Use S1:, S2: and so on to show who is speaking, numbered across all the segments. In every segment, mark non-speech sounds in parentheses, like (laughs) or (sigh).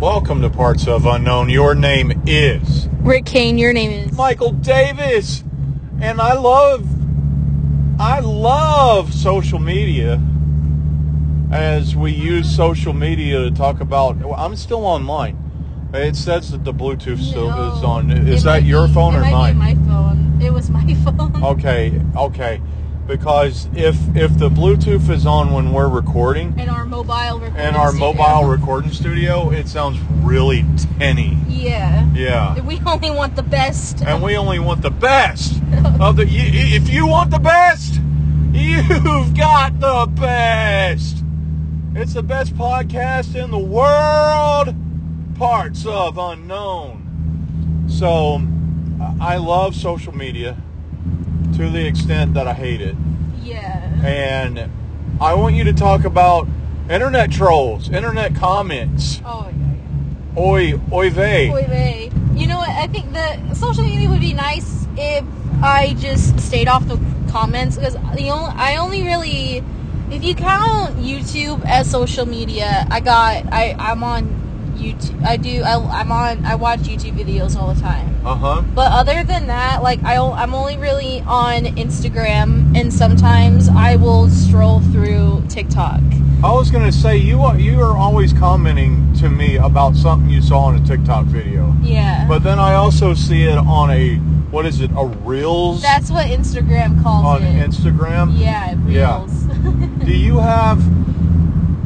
S1: Welcome to Parts of Unknown. Your name is
S2: Rick Kane, your name is.
S1: Michael Davis, and I love, I love social media. As we use social media to talk about, well, I'm still online. It says that the Bluetooth still is on. Is
S2: It
S1: that
S2: might
S1: your
S2: be-
S1: phone
S2: it
S1: or mine? Oh.
S2: might Be my phone. It was my (laughs) phone.
S1: Okay, okay. Because if if the Bluetooth is on when we're recording
S2: And our mobile recording.
S1: in our
S2: studio.
S1: mobile recording studio, it sounds really tinny.
S2: Yeah.
S1: Yeah.
S2: We only want the best.
S1: And we only want the best of the. y- y- If you want the best, you've got the best. It's the best podcast in the world. Parts of unknown. So, I I love social media to the extent that I hate it.
S2: yeah.
S1: and I want you to talk about internet trolls, internet comments.
S2: Oh yeah.
S1: Oi, oy vey.
S2: Oy vey. You know what? I think the social media would be nice if I just stayed off the comments because the only I only really, if you count YouTube as social media, I got I I'm on YouTube. I do I, I'm on I watch YouTube videos all the time.
S1: Uh huh.
S2: But other than that, like I, I'm only really on Instagram, and sometimes I will stroll through TikTok.
S1: I was gonna say you are you are always commenting to me about something you saw in a TikTok video,
S2: Yeah,
S1: but then I also see it on a what is it a Reels
S2: that's what Instagram calls
S1: on
S2: it.
S1: Instagram.
S2: yeah,
S1: Yeah.
S2: reels.
S1: Do you have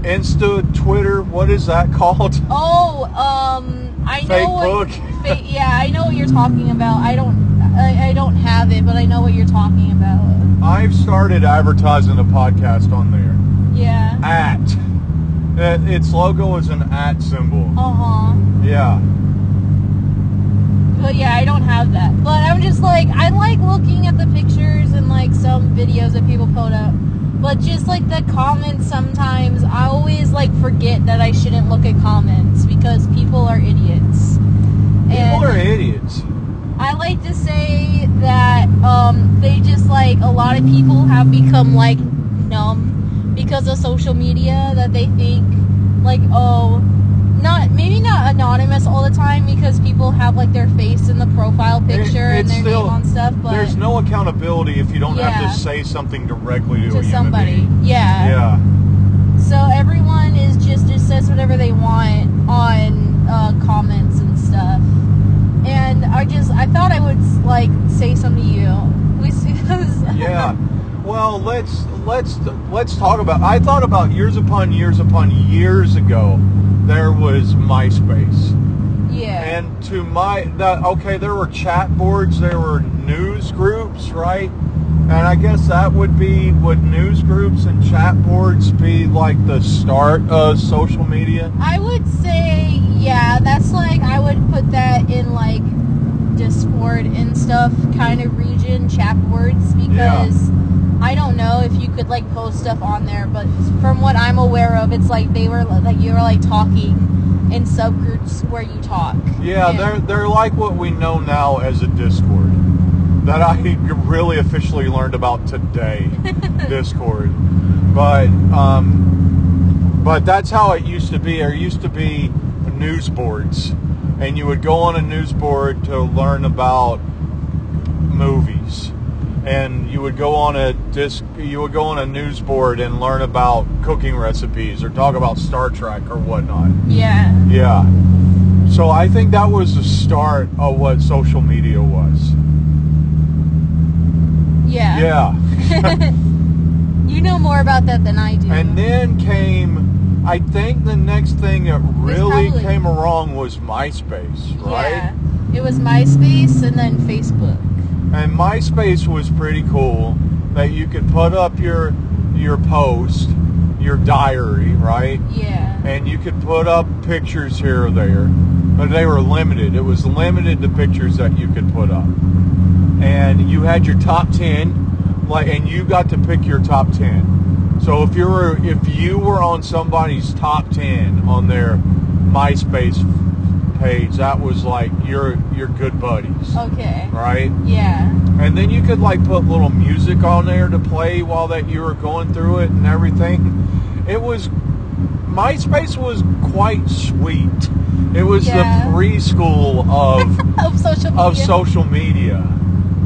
S1: Insta, Twitter? What is that (laughs) called?
S2: oh, um, I know. What,
S1: Facebook.
S2: (laughs) fa- yeah, I know what you're talking about. I don't, I, I don't have it, but I know what you're talking about.
S1: I've started advertising a podcast on there.
S2: Yeah.
S1: at. It- Its logo is an at symbol.
S2: Uh huh.
S1: Yeah.
S2: But yeah, I don't have that. But I'm just like I like looking at the pictures and like some videos that people put up. But just like the comments sometimes I always like forget that I shouldn't look at comments because people are idiots.
S1: People
S2: and
S1: are idiots.
S2: I like to say that um, they just like a lot of people have become like numb because of social media that they think like oh not maybe not anonymous all the time because people have like their face in the profile picture and
S1: it's
S2: their
S1: still-
S2: name on stuff but
S1: There's no accountability if you don't have
S2: Yeah.
S1: to say something directly to, a
S2: to
S1: human
S2: somebody
S1: being.
S2: yeah.
S1: Yeah.
S2: so everyone is just just says whatever they want on uh, comments and stuff and I just I thought I would like say something to you (laughs) we see
S1: Yeah. Well, let's let's let's talk about. I thought about years upon years upon years ago. There was MySpace.
S2: Yeah.
S1: And to my, that, okay, there were chat boards, there were news groups, right? And I guess that would be, would news groups and chat boards be like the start of social media?
S2: I would say, yeah, that's like, I would put that in like Discord and stuff kind of region, chat words, because I don't know if you could like post stuff on there, but from what I'm aware of, it's like they were like, you were like talking in subgroups where you talk.
S1: Yeah,
S2: And-
S1: they're, they're like what we know now as a Discord. That I (laughs) really officially learned about today, Discord. But, um, but that's how it used to be. There used to be news boards, and you would go on a news board to learn about movies, and you would go on a disc, you would go on a news board and learn about cooking recipes or talk about Star Trek or whatnot.
S2: Yeah.
S1: Yeah. So I think that was the start of what social media was.
S2: Yeah.
S1: Yeah.
S2: (laughs) You know more about that than I do.
S1: And then came, I think the next thing that really
S2: probably-
S1: came along was MySpace, right?
S2: Yeah. It was MySpace and then Facebook.
S1: And MySpace was pretty cool that you could put up your your post, your diary, right?
S2: Yeah.
S1: And you could put up pictures here or there, but they were limited. It was limited to pictures that you could put up. and you had your top 10 like and you got to pick your top 10 so if you were if you were on somebody's top 10 on their myspace page that was like your your good buddies
S2: Oh. Okay.
S1: right
S2: Yeah.
S1: and then you could like put little music on there to play while that you were going through it and everything it was myspace was quite sweet It was
S2: Yeah.
S1: the preschool
S2: (laughs)
S1: of
S2: of social media.
S1: of social media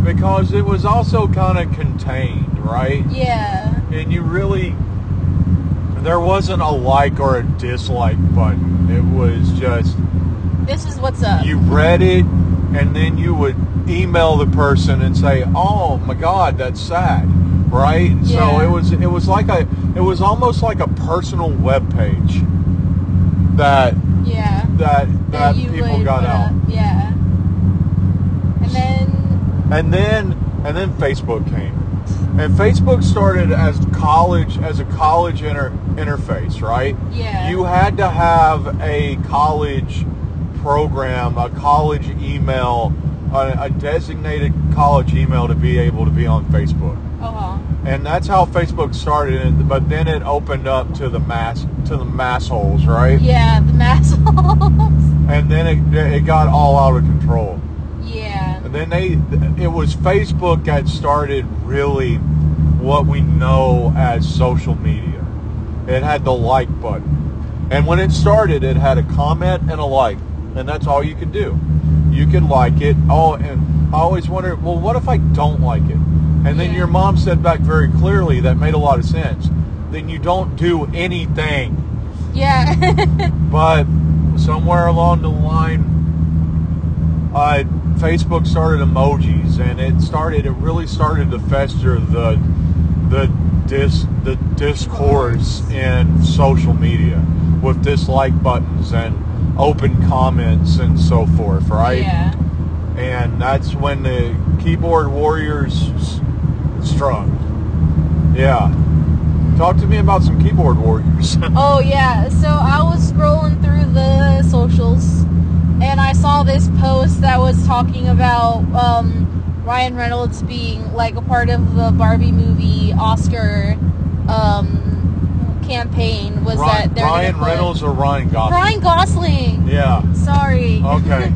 S1: because it was also kind of contained, right?
S2: Yeah.
S1: And you really there wasn't a like or a dislike button. It was just
S2: This is what's up.
S1: you read it and then you would email the person and say, "Oh my God, that's sad," right? And So
S2: Yeah.
S1: it was it was like a it was almost like a personal web page that
S2: yeah.
S1: that that,
S2: you
S1: people
S2: would
S1: got
S2: put
S1: out,
S2: up. Yeah. And then
S1: and then and then Facebook came, and Facebook started as college as a college inter, interface, right?
S2: yeah.
S1: You had to have a college program, a college email, a, a designated college email to be able to be on Facebook.
S2: uh-huh.
S1: And that's how Facebook started, and- but then it opened up to the mass to the mass holes, right?
S2: Yeah, the mass (laughs) holes.
S1: And then it, it got all out of control.
S2: yeah.
S1: And then they, it was Facebook that started really what we know as social media. It had the like button. And when it started, it had a comment and a like. And that's all you could do. You could like it. Oh, and I always wondered, well, what if I don't like it? And then
S2: Yeah.
S1: your mom said back very clearly, that made a lot of sense. Then you don't do anything.
S2: Yeah. (laughs)
S1: But somewhere along the line, uh, Facebook started emojis, and it started. It really started to fester the the dis the discourse in social media with dislike buttons and open comments and so forth, right?
S2: Yeah.
S1: And that's when the keyboard warriors s- struck. Yeah. Talk to me about some keyboard warriors. (laughs)
S2: Oh yeah. So I was scrolling through the socials, and I saw this post that was talking about um, Ryan Reynolds being like a part of the Barbie movie Oscar um, campaign. Was
S1: Ryan,
S2: that they're gonna
S1: Ryan
S2: put-
S1: Reynolds or Ryan Gosling?
S2: Ryan Gosling.
S1: Yeah.
S2: Sorry.
S1: Okay.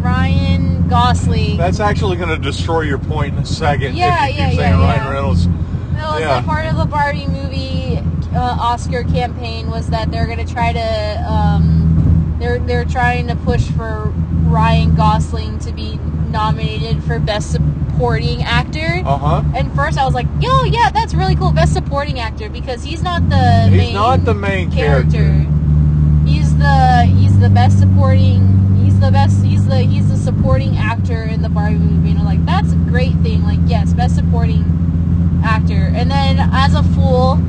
S2: Ryan Gosling.
S1: That's actually going to destroy your point in a second.
S2: Yeah,
S1: if you
S2: yeah,
S1: keep
S2: yeah,
S1: saying Ryan
S2: yeah.
S1: Reynolds.
S2: No, it's
S1: Yeah.
S2: like part of the Barbie movie uh, Oscar campaign was that they're gonna try to um, they're they're trying to push for Ryan Gosling to be nominated for best supporting actor.
S1: Uh huh.
S2: and first, I was like, "Yo, yeah, that's really cool, best supporting actor," because he's not the
S1: He's
S2: main
S1: not the main character.
S2: He's the he's the best supporting. He's the best. He's the he's the supporting actor in the Barbie movie. And I'm like, that's a great thing. Like, yes, best supporting actor. And then as a fool,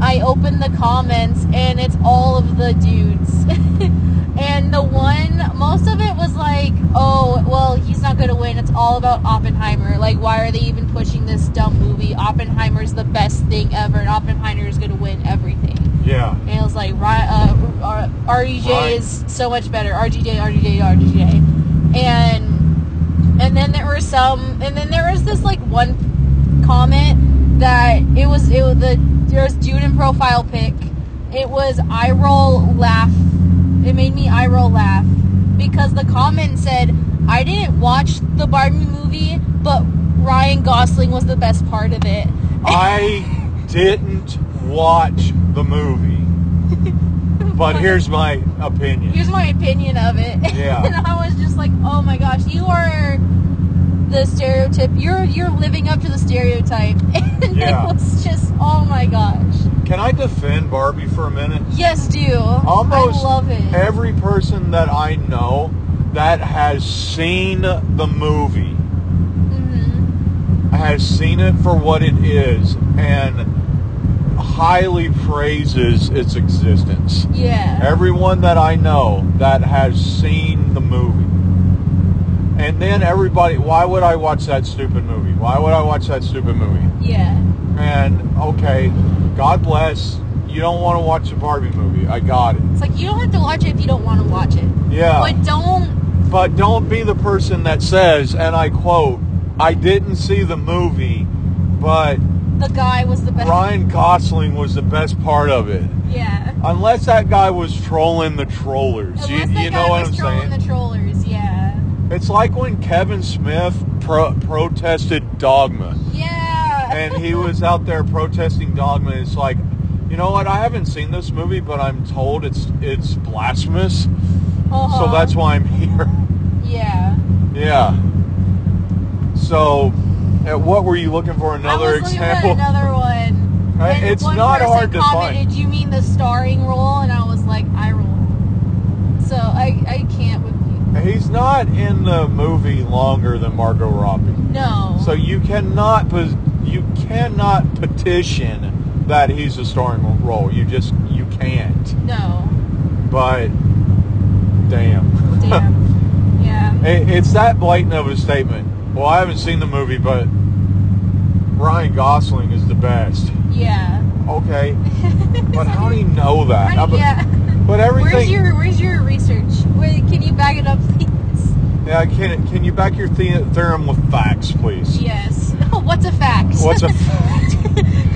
S2: I open the comments and it's all of the dudes. (laughs) and the one, most of it was like, oh, well, he's not going to win. It's all about Oppenheimer. Like, why are they even pushing this dumb movie? Oppenheimer's the best thing ever, and Oppenheimer is going to win everything.
S1: Yeah.
S2: And it was like, Ri- uh, R- REJ
S1: Right.
S2: is so much better. RGJ, RGJ, RGJ. And, and then there were some, and then there was this like one comment that it was, it was the, there was dude in profile pic. It was eye roll, laugh. It made me eye roll, laugh. Because the comment said, I didn't watch the Barbie movie, but Ryan Gosling was the best part of it.
S1: I didn't watch the
S2: (laughs)
S1: movie, but here's my opinion.
S2: here's my opinion of it. (laughs)
S1: Yeah.
S2: and I was just like, oh my gosh, you are the stereotype. You're you're living up to the stereotype. (laughs) And
S1: Yeah.
S2: it was just, oh my gosh.
S1: Can I defend Barbie for a minute?
S2: Yes, do.
S1: Almost
S2: I love it.
S1: every person that I know that has seen the movie
S2: Mhm.
S1: has seen it for what it is and highly praises its existence.
S2: Yeah.
S1: everyone that I know that has seen the movie. And then everybody, why would I watch that stupid movie? Why would I watch that stupid movie?
S2: Yeah.
S1: And okay, God bless. You don't want to watch the Barbie movie. I got it.
S2: It's like you don't have to watch it if you don't want to watch it.
S1: Yeah.
S2: But don't
S1: But don't be the person that says, and I quote, I didn't see the movie, but
S2: the guy was the best.
S1: Ryan Gosling was the best part of it.
S2: Yeah.
S1: Unless that guy was trolling the trollers. You-
S2: Unless
S1: you
S2: that guy
S1: know what
S2: was
S1: I'm
S2: trolling
S1: saying?
S2: the trollers, yeah.
S1: It's like when Kevin Smith pro- protested Dogma,
S2: Yeah.
S1: and he
S2: (laughs)
S1: was out there protesting Dogma. It's like, you know what? I haven't seen this movie, but I'm told it's it's blasphemous,
S2: Uh-huh.
S1: So that's why I'm (laughs) here.
S2: yeah.
S1: yeah. So, uh, what were you looking for? Another
S2: I was looking
S1: example?
S2: At
S1: (laughs)
S2: another one.
S1: Uh,
S2: and
S1: it's
S2: one
S1: not
S2: person
S1: hard to
S2: commented, You mean the starring role? And I was like, I roll. So I, I can't with you.
S1: He's not in the movie longer than Margot Robbie.
S2: No.
S1: So you cannot pos- you cannot petition that he's a starring role. You just you can't.
S2: no.
S1: But damn,
S2: Damn. yeah.
S1: (laughs) It- it's that blatant of a statement. Well, I haven't seen the movie, but Ryan Gosling is the best.
S2: Yeah. (laughs)
S1: Okay, but Uh, how do you know that?
S2: Right,
S1: but, (laughs)
S2: yeah.
S1: but everything.
S2: Where's your Where's your research? Wait, can you back it up, please? (laughs)
S1: yeah, can can you back your the- theorem with facts, please?
S2: Yes. (laughs) What's a fact? (laughs)
S1: What's a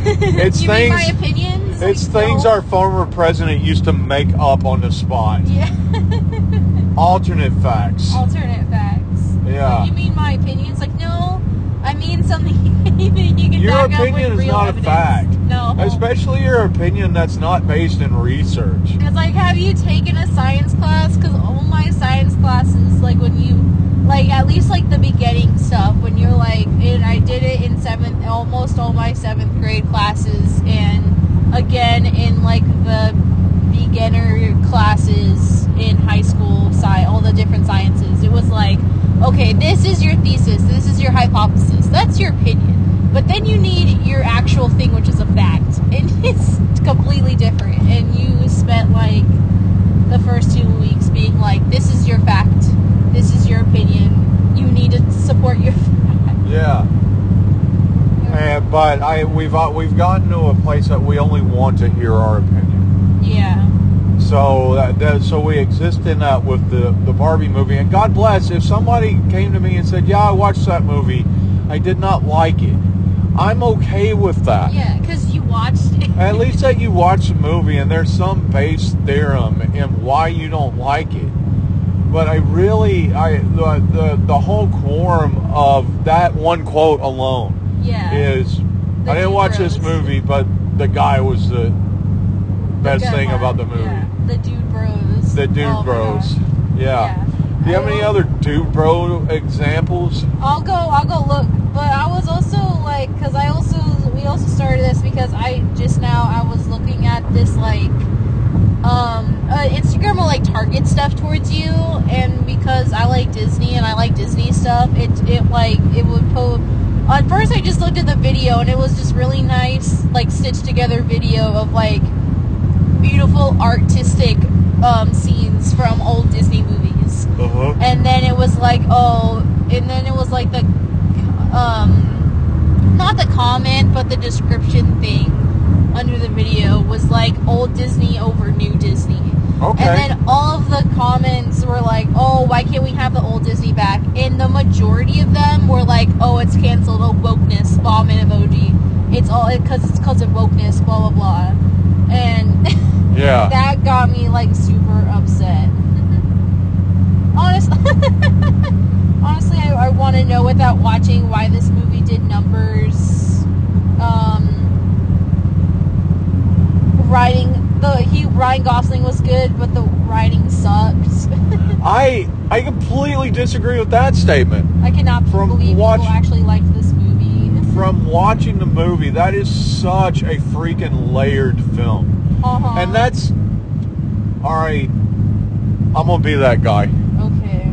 S1: It's
S2: you mean my
S1: things-
S2: opinions?
S1: It's
S2: Like,
S1: things
S2: no.
S1: our former president used to make up on the spot.
S2: (laughs) Yeah.
S1: Alternate facts.
S2: Alternate facts.
S1: Yeah.
S2: Like, you mean my opinions? Like no, I mean something (laughs) you can
S1: Your
S2: back up
S1: opinion
S2: with
S1: is
S2: real
S1: not a
S2: evidence.
S1: fact.
S2: No.
S1: Especially your opinion that's not based in research.
S2: It's like, have you taken a science class? Because all my science classes, like when you, like at least like the beginning stuff, when you're like, and I did it in seventh, almost all my seventh grade classes, and again in like the beginner classes in high school, sci, all the different sciences. It was like, okay, this is your thesis, this is your hypothesis, that's your opinion, but then you need your actual thing, which is a fact, (laughs) and it's completely different. And you spent like the first two weeks being like, this is your fact, this is your opinion, you need to support your (laughs) fact.
S1: Yeah. And, but I we've uh, we've gotten to a place that we only want to hear our opinion.
S2: Yeah.
S1: So that, that so we exist in that with the the Barbie movie. And God bless if somebody came to me and said, "Yeah, I watched that movie. I did not like it." I'm okay with that.
S2: Yeah, because you watched it.
S1: At least that you watch a movie and there's some base theorem in why you don't like it. But I really, I the the, the whole quorum of that one quote alone
S2: (laughs) yeah.
S1: is,
S2: The
S1: I didn't watch this
S2: heroes.
S1: movie, but the guy was the best
S2: Good
S1: thing
S2: one.
S1: about the movie.
S2: Yeah. The dude bros.
S1: The dude
S2: Oh my
S1: bros.
S2: gosh.
S1: Yeah. Do you have any
S2: I-
S1: other dude bro examples?
S2: I'll go. I'll go look. But I was also like, because I also we also started this because I just now I was looking at this like, um, uh, Instagram will like target stuff towards you, and because I like Disney and I like Disney stuff, it it like it would po. At first, I just looked at the video and it was just really nice, like stitched together video of like beautiful artistic um, scenes from old Disney movies
S1: Uh huh.
S2: and then it was like oh and then it was like the um not the comment but the description thing under the video was like old disney over new disney
S1: Okay.
S2: and then all of the comments were like oh why can't we have the old disney back and the majority of them were like oh it's canceled oh wokeness vomit emoji it's all because it's because of wokeness blah blah blah and (laughs)
S1: yeah.
S2: that got me like super
S1: (laughs)
S2: upset. Honestly, (laughs) honestly, I, I want to know without watching why this movie did numbers. Um, writing the he Ryan Gosling was good, but the writing sucked.
S1: I I completely disagree with that statement.
S2: (laughs) I cannot
S1: From
S2: believe
S1: watch-
S2: people actually liked this movie.
S1: from watching the movie, that is such a freaking layered film.
S2: Uh-huh.
S1: And that's all right. I'm gonna be that guy,
S2: okay.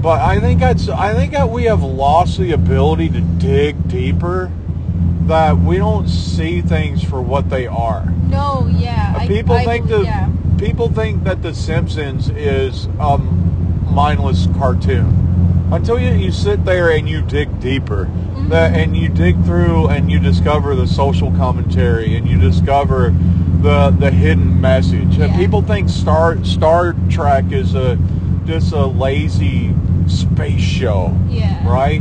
S1: but I think that's I think that we have lost the ability to dig deeper. That we don't see things for what they are.
S2: No, yeah. I-
S1: people
S2: I
S1: think
S2: believe-
S1: the
S2: yeah.
S1: people think that The Simpsons is a mindless cartoon until you, you sit there and you dig deeper
S2: Mhm.
S1: that, and you dig through and you discover the social commentary and you discover the the hidden message. And
S2: Yeah.
S1: people think Star Star Trek is a just a lazy space show
S2: yeah.
S1: right?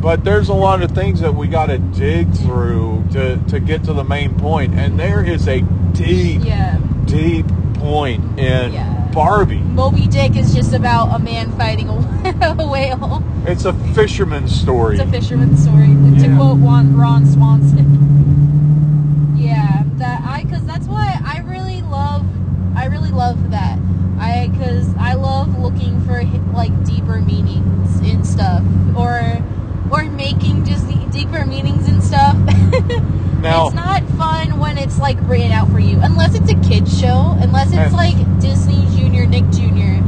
S1: But there's a lot of things that we got to dig through to, to get to the main point, and there is a deep,
S2: Yeah.
S1: deep point in
S2: Yeah.
S1: Barbie.
S2: Moby Dick is just about a man fighting a, (laughs) a whale.
S1: It's a fisherman's story.
S2: It's a fisherman's story. To
S1: Yeah.
S2: quote Ron, Ron Swanson. yeah, that I because that's why I really love. I really love that. I because
S1: Now,
S2: It's not fun when it's like written out for you, unless it's a kids show. Unless it's
S1: And-
S2: like Disney Junior, Nick Junior.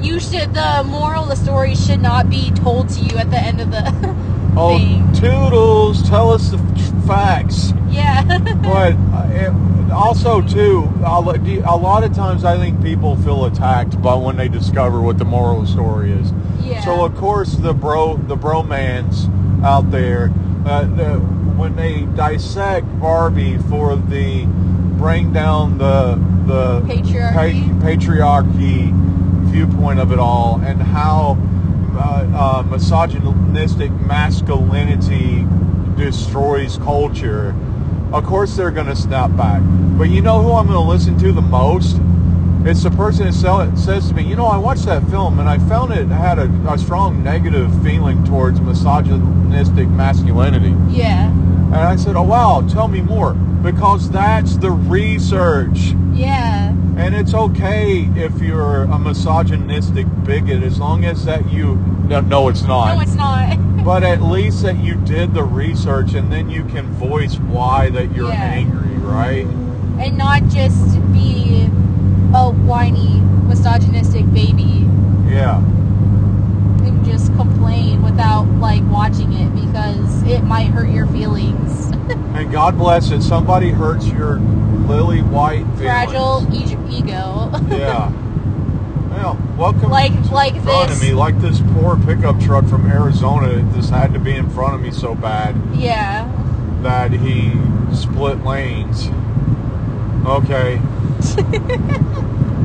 S2: You should. The moral of the story should not be told to you at the end of the (laughs)
S1: oh,
S2: thing.
S1: Toodles, tell us
S2: (laughs)
S1: the f- facts.
S2: Yeah.
S1: but uh, it, also too, a lo- do- a lot of times I think people feel attacked by when they discover what the moral of the story is.
S2: yeah.
S1: So of course the bro the bromance out there, uh, the, when they dissect Barbie for the bring down the the
S2: Patriarchy.
S1: pa- patriarchy viewpoint of it all and how uh, uh, misogynistic masculinity destroys culture. Of course they're going to snap back. But you know who I'm going to listen to the most? It's the person that sell, says to me, you know, I watched that film and I found it had a, a strong negative feeling towards misogynistic masculinity.
S2: yeah.
S1: And I said, oh, wow, tell me more. Because that's the research.
S2: Yeah.
S1: And it's okay if you're a misogynistic bigot as long as that you. No, no it's not.
S2: No, it's not.
S1: but at least that you did the research and then you can voice why that you're
S2: Yeah.
S1: angry, right?
S2: and not just be a whiny, misogynistic baby
S1: Yeah.
S2: who just complain without like watching it because it might hurt your feelings.
S1: And God bless it. Somebody hurts your lily white feelings.
S2: Fragile e- ego. (laughs)
S1: Yeah. Well, welcome.
S2: Like-
S1: to
S2: like
S1: in front
S2: this.
S1: of me, like this poor pickup truck from Arizona. This had to be in front of me so bad.
S2: yeah.
S1: that he split lanes.
S2: (laughs)
S1: Okay.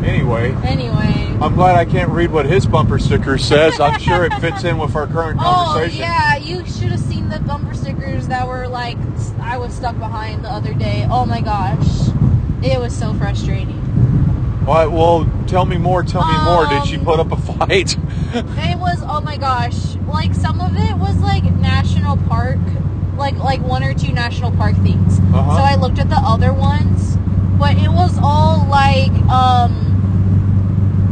S1: anyway,
S2: Anyway.
S1: I'm glad I can't read what his bumper sticker says. I'm sure it fits in with our current
S2: (laughs) Oh
S1: conversation.
S2: yeah, you should have seen the bumper stickers that were like s- I was stuck behind the other day. Oh my gosh, it was so frustrating.
S1: All right, well, tell me more. Tell me more. Did she
S2: Um,
S1: put up a
S2: (laughs)
S1: fight?
S2: It was oh my gosh. Like some of it was like national park, like like one or two national park things.
S1: Uh-huh.
S2: So I looked at the other ones, but it was all like um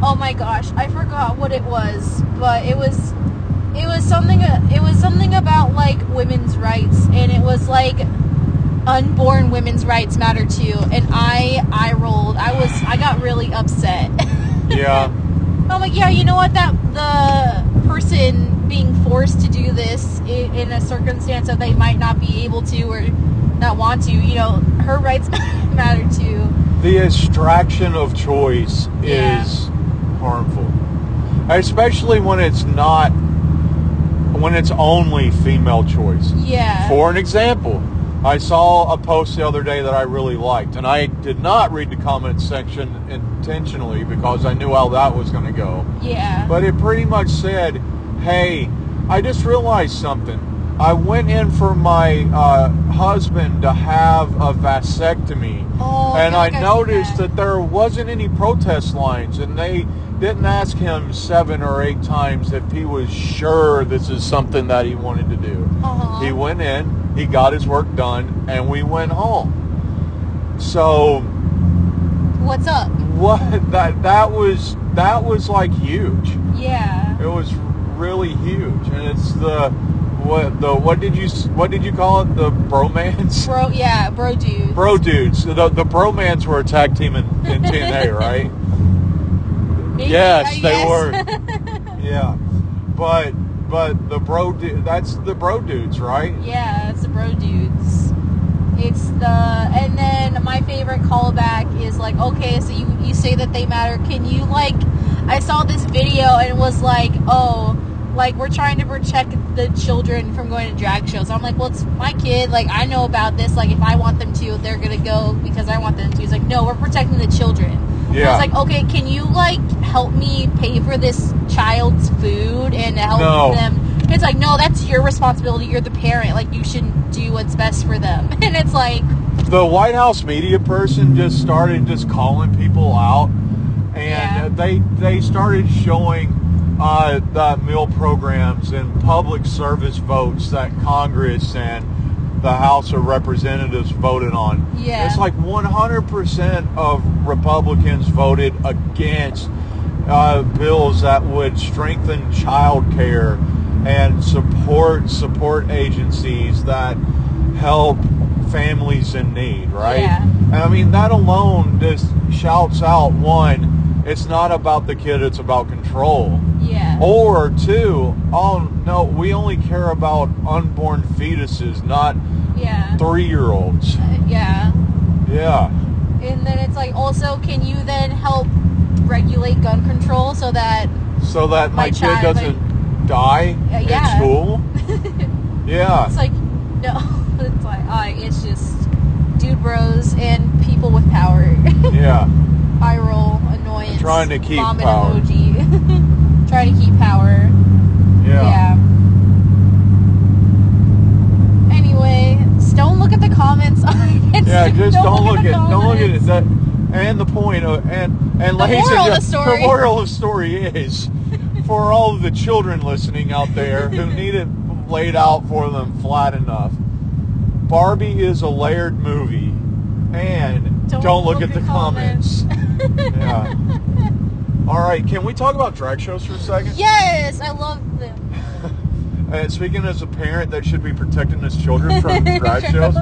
S2: oh my gosh, I forgot what it was, but it was it was something it was something about like women's rights and it was like unborn women's rights matter too and I I rolled. I was I got really upset. (laughs)
S1: yeah.
S2: I'm like, yeah, you know what? That the person being forced to do this in, in a circumstance that they might not be able to or not want to, you know, her rights (laughs) matter too.
S1: The extraction of choice
S2: Yeah.
S1: is harmful, especially when it's not, when it's only female choice.
S2: Yeah.
S1: For an example, I saw a post the other day that I really liked, and I did not read the comment section intentionally because I knew how that was going to go.
S2: yeah.
S1: But it pretty much said, "Hey, I just realized something. I went in for my uh, husband to have a vasectomy,
S2: Oh, I
S1: and
S2: feel
S1: I
S2: like I've seen
S1: noticed that
S2: that.
S1: there wasn't any protest lines, and they." Didn't ask him seven or eight times if he was sure this is something that he wanted to do.
S2: Uh-huh.
S1: He went in, he got his work done, and we went home. So
S2: What's up?
S1: what that that was that was like huge.
S2: Yeah.
S1: It was really huge, and it's the what the what did you s- what did you call it the bromance? (laughs)
S2: Bro, yeah, bro, dude.
S1: Bro dudes, the the bromance were a tag team in, in
S2: (laughs)
S1: TNA, right? yes, they
S2: (laughs)
S1: were. Yeah, but but the bro du- that's the bro dudes, right?
S2: yeah, it's the bro dudes. It's the and then my favorite callback is like, okay, so you you say that they matter. Can you like? I saw this video and it was like, oh, like we're trying to protect the children from going to drag shows. I'm like, well, it's my kid. Like I know about this. Like if I want them to, they're gonna go because I want them to. He's like, no, we're protecting the children.
S1: Yeah.
S2: I was like, okay, can you like help me pay for this child's food and help
S1: No.
S2: them? It's like, no, that's your responsibility. You're the parent. Like, you should do what's best for them. (laughs) And it's like,
S1: the White House media person just started just calling people out, and
S2: Yeah.
S1: they they started showing uh, the meal programs and public service votes that Congress and the House of Representatives voted on.
S2: Yeah.
S1: it's like 100% of Republicans voted against uh, bills that would strengthen child care and support support agencies that help families in need, right?
S2: Yeah.
S1: And I mean, that alone just shouts out one, it's not about the kid, it's about control.
S2: Yeah.
S1: Or two, oh no, we only care about unborn fetuses, not
S2: yeah.
S1: three year olds.
S2: Uh, yeah.
S1: Yeah.
S2: And then it's like, also, can you then help regulate gun control so that
S1: So that my,
S2: My
S1: kid
S2: child,
S1: doesn't die
S2: Yeah,
S1: in
S2: yeah.
S1: (laughs) school? yeah.
S2: it's like, (laughs) no, it's like, I it's just dude bros and people with power. (laughs)
S1: Yeah.
S2: Eye roll, annoyance,
S1: Trying to keep
S2: vomit
S1: power.
S2: emoji, (laughs) trying to keep power.
S1: Yeah.
S2: Yeah. Anyway, just don't look at the comments on (laughs)
S1: (laughs)
S2: Instagram.
S1: Yeah, just don't, look
S2: the
S1: at don't look at it.
S2: comments.
S1: That and the point of and and
S2: The
S1: ladies
S2: moral of
S1: and gen-
S2: the story.
S1: the moral of the story is for all of the children listening out there (laughs) who need it laid out for them flat enough. Barbie is a layered movie, and don't, look, at the comments. (laughs) yeah. All right, can we talk about drag shows for a second?
S2: Yes, I love them.
S1: Uh, speaking as a parent that should be protecting his children
S2: (laughs)
S1: from drag shows,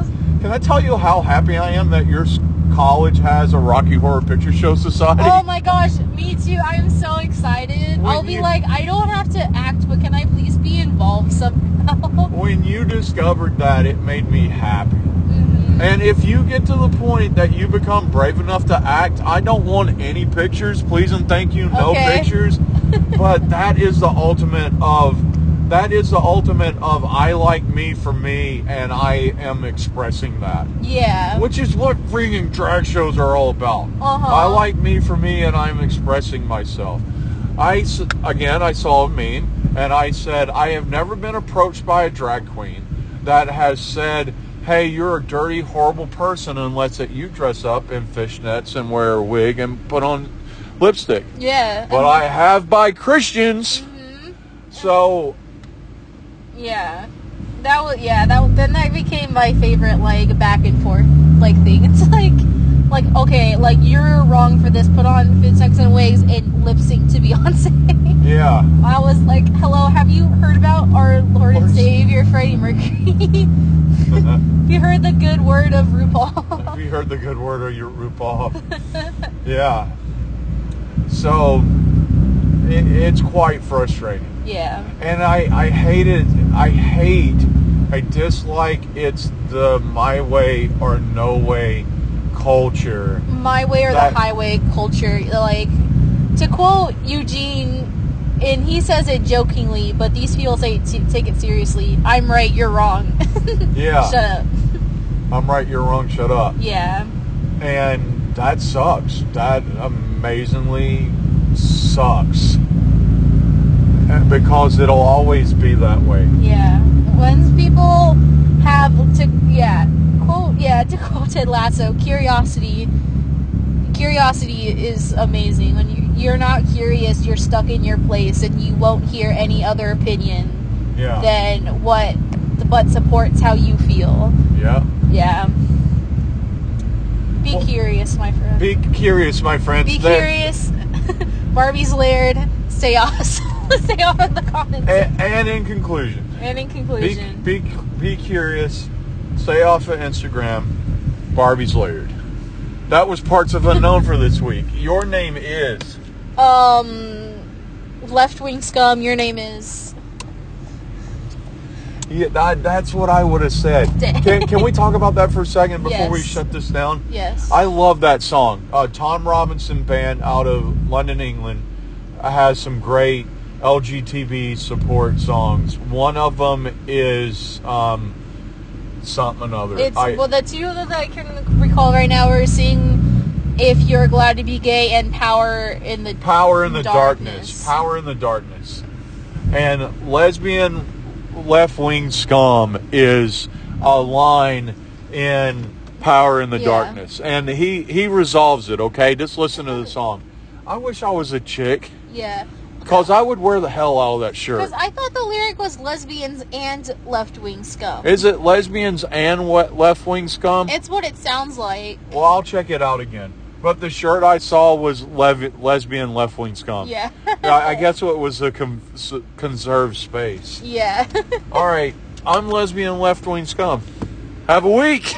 S1: can I tell you how happy I am that your s- college has a Rocky Horror Picture Show Society?
S2: Oh my gosh, me too. I am so excited.
S1: When
S2: I'll be
S1: you-
S2: like, I don't have to act, but can I please be involved somehow? (laughs)
S1: when you discovered that, it made me happy.
S2: Mhm.
S1: And if you get to the point that you become brave enough to act, I don't want any pictures, please and thank you, no
S2: Okay. (laughs)
S1: pictures. but that is the ultimate of that is the ultimate of I like me for me, and I am expressing that.
S2: Yeah.
S1: Which is what freaking drag shows are all about.
S2: Uh-huh.
S1: I like me for me, and I'm expressing myself. I s- again, I saw a meme, and I said, I have never been approached by a drag queen that has said, "Hey, you're a dirty, horrible person," unless that you dress up in fishnets and wear a wig and put on lipstick.
S2: Yeah.
S1: But I have by Christians,
S2: Mhm.
S1: so
S2: Yeah. That was yeah. That then that became my favorite like back and forth like thing. (laughs) It's like like okay, like you're wrong for this. Put on fintechs and wigs and lip sync to (laughs) Beyonce.
S1: yeah.
S2: I was like, hello, have you heard about our Lord and
S1: Lord.
S2: Savior Freddie Mercury? (laughs) you heard the good word of RuPaul. (laughs)
S1: we heard the good word or your RuPaul. yeah. So it, it's quite frustrating.
S2: yeah.
S1: And I, I hate it. I hate, I dislike it's the my way or no way culture.
S2: My way or
S1: That-
S2: the highway culture. Like to quote Eugene and he says it jokingly, but these people say t- take it seriously. I'm right, you're wrong. (laughs)
S1: Yeah.
S2: Shut up.
S1: I'm right, you're wrong, shut up.
S2: Yeah.
S1: And that sucks. That amazingly sucks. And Because it'll always be that way.
S2: Yeah. Once people have to yeah, quote yeah, to (laughs) quote Ted Lasso, curiosity curiosity is amazing. When you you're not curious, you're stuck in your place and you won't hear any other opinion
S1: Yeah.
S2: than what but supports how you feel.
S1: yeah.
S2: Yeah. Be
S1: Well,
S2: curious, my friend. Be,
S1: Be curious, my friends. That-
S2: curious. (laughs) Barbie's layered. Stay off. (laughs) Stay off of the comments.
S1: A- and in conclusion,
S2: and in
S1: be,
S2: conclusion.
S1: be, be curious, stay off of Instagram, Barbie's Layered. That was Parts of Unknown for this week. Your name is.
S2: um left wing scum your name is
S1: Yeah, that, that's what I would have
S2: (laughs)
S1: said.
S2: Dang.
S1: Can, can we talk about that for a second before we
S2: Yes.
S1: shut this down?
S2: yes
S1: I love that song. Uh, Tom Robinson Band out of London, England has some great LGTB support songs. One of them is um, something other.
S2: it's
S1: I-
S2: well the two that i can recall right now are seeing if you're glad to be gay and power in the
S1: power in the darkness. Power in the darkness. And lesbian left wing scum is a line in Power in the
S2: Yeah.
S1: Darkness. And he, he resolves it, okay? Just listen to the song. I wish I was a chick.
S2: yeah
S1: Cause I would wear the hell out of that shirt.
S2: because i thought the lyric was lesbians and left wing scum
S1: Is it lesbians and what left wing scum?
S2: it's what it sounds like
S1: Well, I'll check it out again. But the shirt I saw was lev- lesbian left wing scum.
S2: yeah (laughs)
S1: I, I guess what was the con- s- conserved space.
S2: yeah
S1: All right, I'm lesbian left wing scum. Have a week.